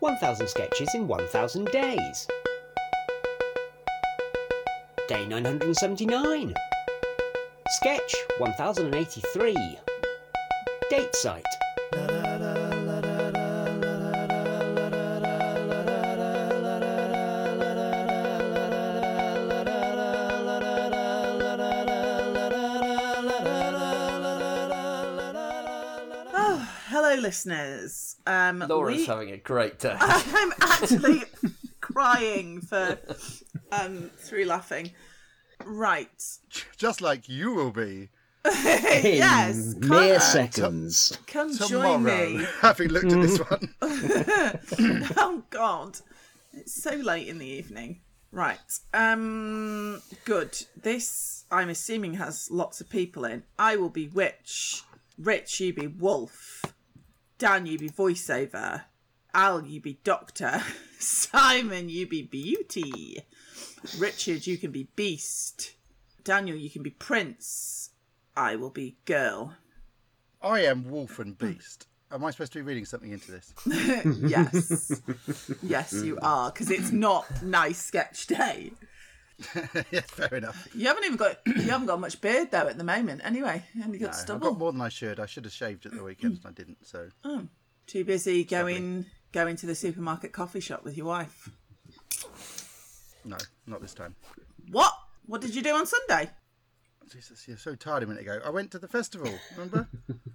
1000 Sketches in 1000 Days. Day 979. Sketch 1083. Date site. Oh, hello, listeners. Um, Laura's we- having a great day. I'm actually crying for um, through laughing. Right. Just like you will be yes. In Come, uh, mere seconds. come tomorrow. join me. Mm. Having looked at this one, oh God, it's so late in the evening. Right. Um. Good. This I'm assuming has lots of people in. I will be witch. Rich, you be wolf. Dan, you be voiceover. Al, you be doctor. Simon, you be beauty. Richard, you can be beast. Daniel, you can be prince. I will be girl. I am Wolf and Beast. Am I supposed to be reading something into this? yes. yes, you are, because it's not nice sketch day. yeah, fair enough. You haven't even got you haven't got much beard though at the moment. Anyway, you only got I've stubble. got more than I should. I should have shaved at the weekend and I didn't. So Too busy going going to the supermarket coffee shop with your wife. no, not this time. What? What did you do on Sunday? Jesus, you're so tired a minute ago. I went to the festival. Remember?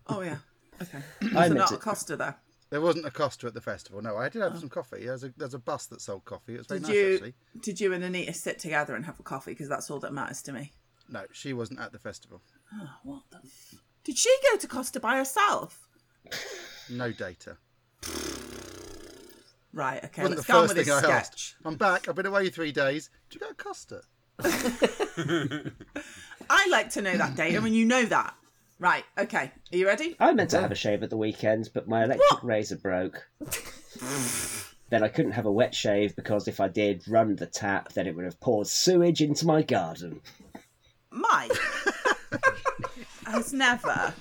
Oh yeah. Okay. I So meant not it. a Costa though. there wasn't a Costa at the festival. No, I did have some coffee. There's a there's a bus that sold coffee. It was very Oh. Did nice you actually. did you and Anita sit together and have a coffee? Because that's all that matters to me. No, she wasn't at the festival. What the? F- did she go to Costa by herself? No data. Right. Okay. Wasn't let's the go on first with thing this I sketch. asked. I'm back. I've been away three days. Did you go to Costa? I like to know that data, and you know that. Right. Okay. Are you ready? I meant to have a shave at the weekend, but my electric razor broke. then I couldn't have a wet shave because if I did run the tap, then it would have poured sewage into my garden. Mike has never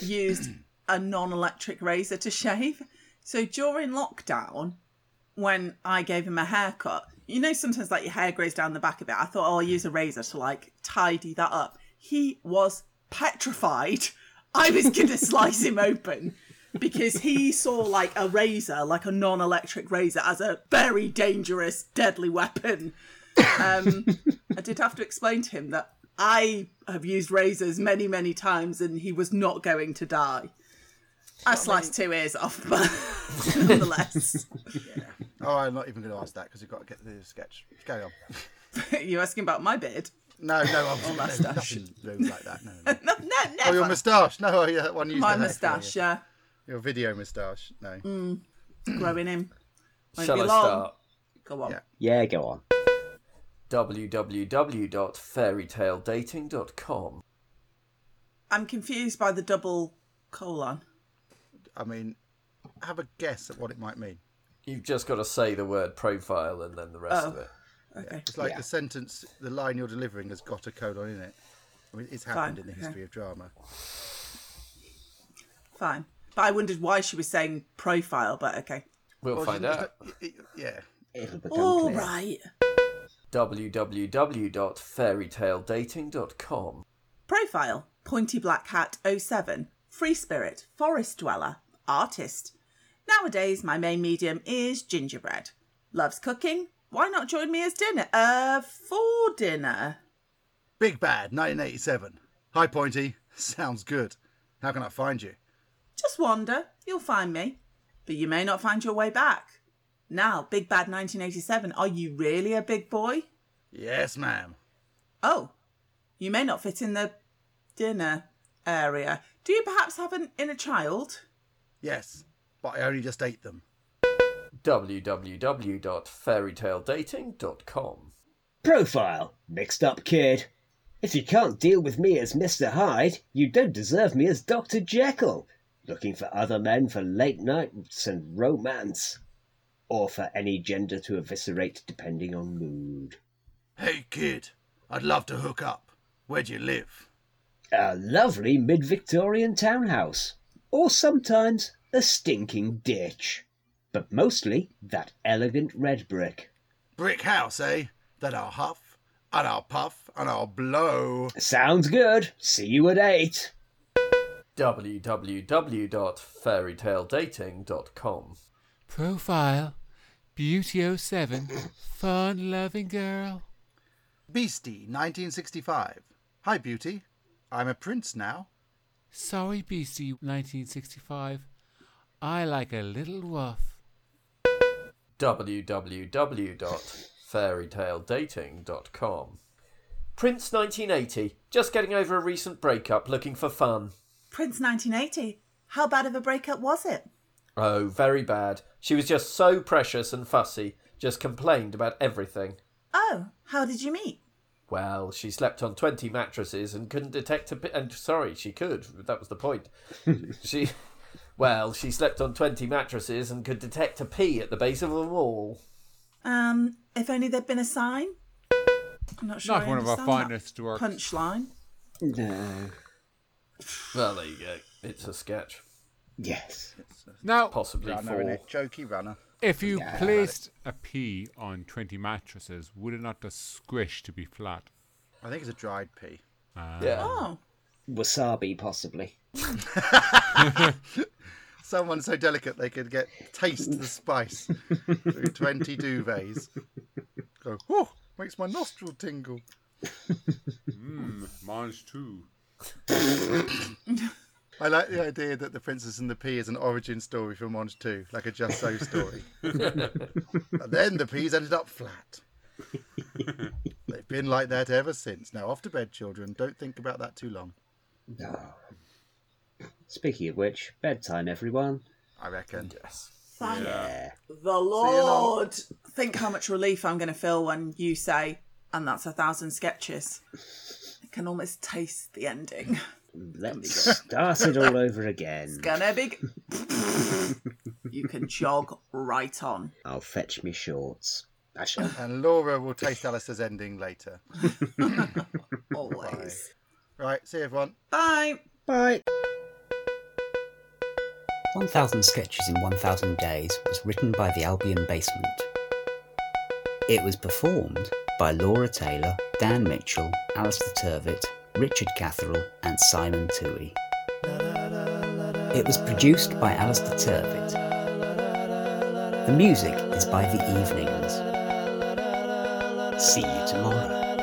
used a non electric razor to shave. So during lockdown, when I gave him a haircut, you know, sometimes like your hair grows down the back a bit. I thought, oh, I'll use a razor to like tidy that up. He was petrified. I was going to slice him open because he saw like a razor, like a non electric razor, as a very dangerous, deadly weapon. Um, I did have to explain to him that I have used razors many, many times and he was not going to die. I sliced two ears off, but nonetheless. Oh, I'm not even going to ask that because we've got to get the sketch. Carry on. You're asking about my beard? No, no, I'm my no, nothing rude like that. No, no. No, no, Oh, never. your moustache. No, oh, yeah, that one you my used to have for moustache, you. yeah. Your video moustache. No. Growing in. Won't Shall be I long. start? Go on. Yeah. Yeah, go on. www.fairytaledating.com. I'm confused by the double colon. I mean, have a guess at what it might mean. You've just got to say the word profile and then the rest of Oh. it. Okay. It's like Yeah. the sentence, the line you're delivering has got a colon in it. I mean, it's happened Fine, in the okay. history of drama. Fine. But I wondered why she was saying profile, but okay. We'll Well, find it's out. not- it- it- yeah. It'll become All clear. right. www.fairytaledating.com. Profile Pointy Black Hat 07, Free Spirit, Forest Dweller, Artist. Nowadays, my main medium is gingerbread. Loves cooking. Why not join me as dinner? Uh, for dinner. Big Bad, 1987. Hi, Pointy. Sounds good. How can I find you? Just wander, you'll find me. But you may not find your way back. Now, Big Bad 1987, are you really a big boy? Yes, ma'am. Oh, you may not fit in the dinner area. Do you perhaps have an inner child? Yes, but I only just ate them. www.fairytaledating.com. Profile. Mixed up kid. If you can't deal with me as Mr. Hyde, you don't deserve me as Dr. Jekyll. Looking for other men for late nights and romance. Or for any gender to eviscerate depending on mood. Hey, kid. I'd love to hook up. Where do you live? A lovely mid Victorian townhouse. Or sometimes a stinking ditch. but mostly that elegant red brick. Brick house, eh? Then I'll huff, and I'll puff, and I'll blow. Sounds good. See you at eight. www.fairytaledating.com. Profile Beauty 07, fun loving girl. Beastie, 1965. Hi, beauty. I'm a prince now. Sorry, BC 1965. I like a little waff. www.fairytaledating.com. Prince 1980, just getting over a recent breakup, looking for fun. Prince 1980. How bad of a breakup was it? Oh, very bad. She was just so precious and fussy, just complained about everything. Oh, how did you meet? Well, she slept on 20 mattresses and couldn't detect a bit. And sorry, she could. That was the point. she. Well, she slept on 20 mattresses and could detect a pee at the base of a wall. Um, if only there'd been a sign. I'm not sure. Not I one of our understand that finest works. Punchline. No. Well, there you go. It's a sketch. Yes. Now, Possibly Runner, four. innit? Jokey runner. if you placed a pea on 20 mattresses, would it not just squish to be flat? I think it's a dried pea. Yeah. Oh, Wasabi, possibly. Someone so delicate they could get taste the spice through 20 duvets. Go, oh, makes my nostril tingle. Hmm, Mine's too. I like the idea that The Princess and the Pea is an origin story for Monge 2, like a Just So story. and then the peas ended up flat. They've been like that ever since. Now, off to bed, children. Don't think about that too long, No. Speaking of which, bedtime, everyone. I reckon. Yes. thank Yeah. the Lord. Think how much relief I'm going to feel when you say, and that's a thousand sketches. I can almost taste the ending. Let's start it all over again. Gonna be. you can jog right on. I'll fetch me shorts. Actually, And Laura will taste Alistair's ending later. Always. Right, see you, everyone. Bye. 1000 Sketches in 1000 Days was written by the Albion Basement. It was performed by Laura Taylor, Dan Mitchell, Alistair Turvitt, Richard Catherall, and Simon Toohey. It was produced by Alistair Turvitt. The music is by The Evenings. See you tomorrow.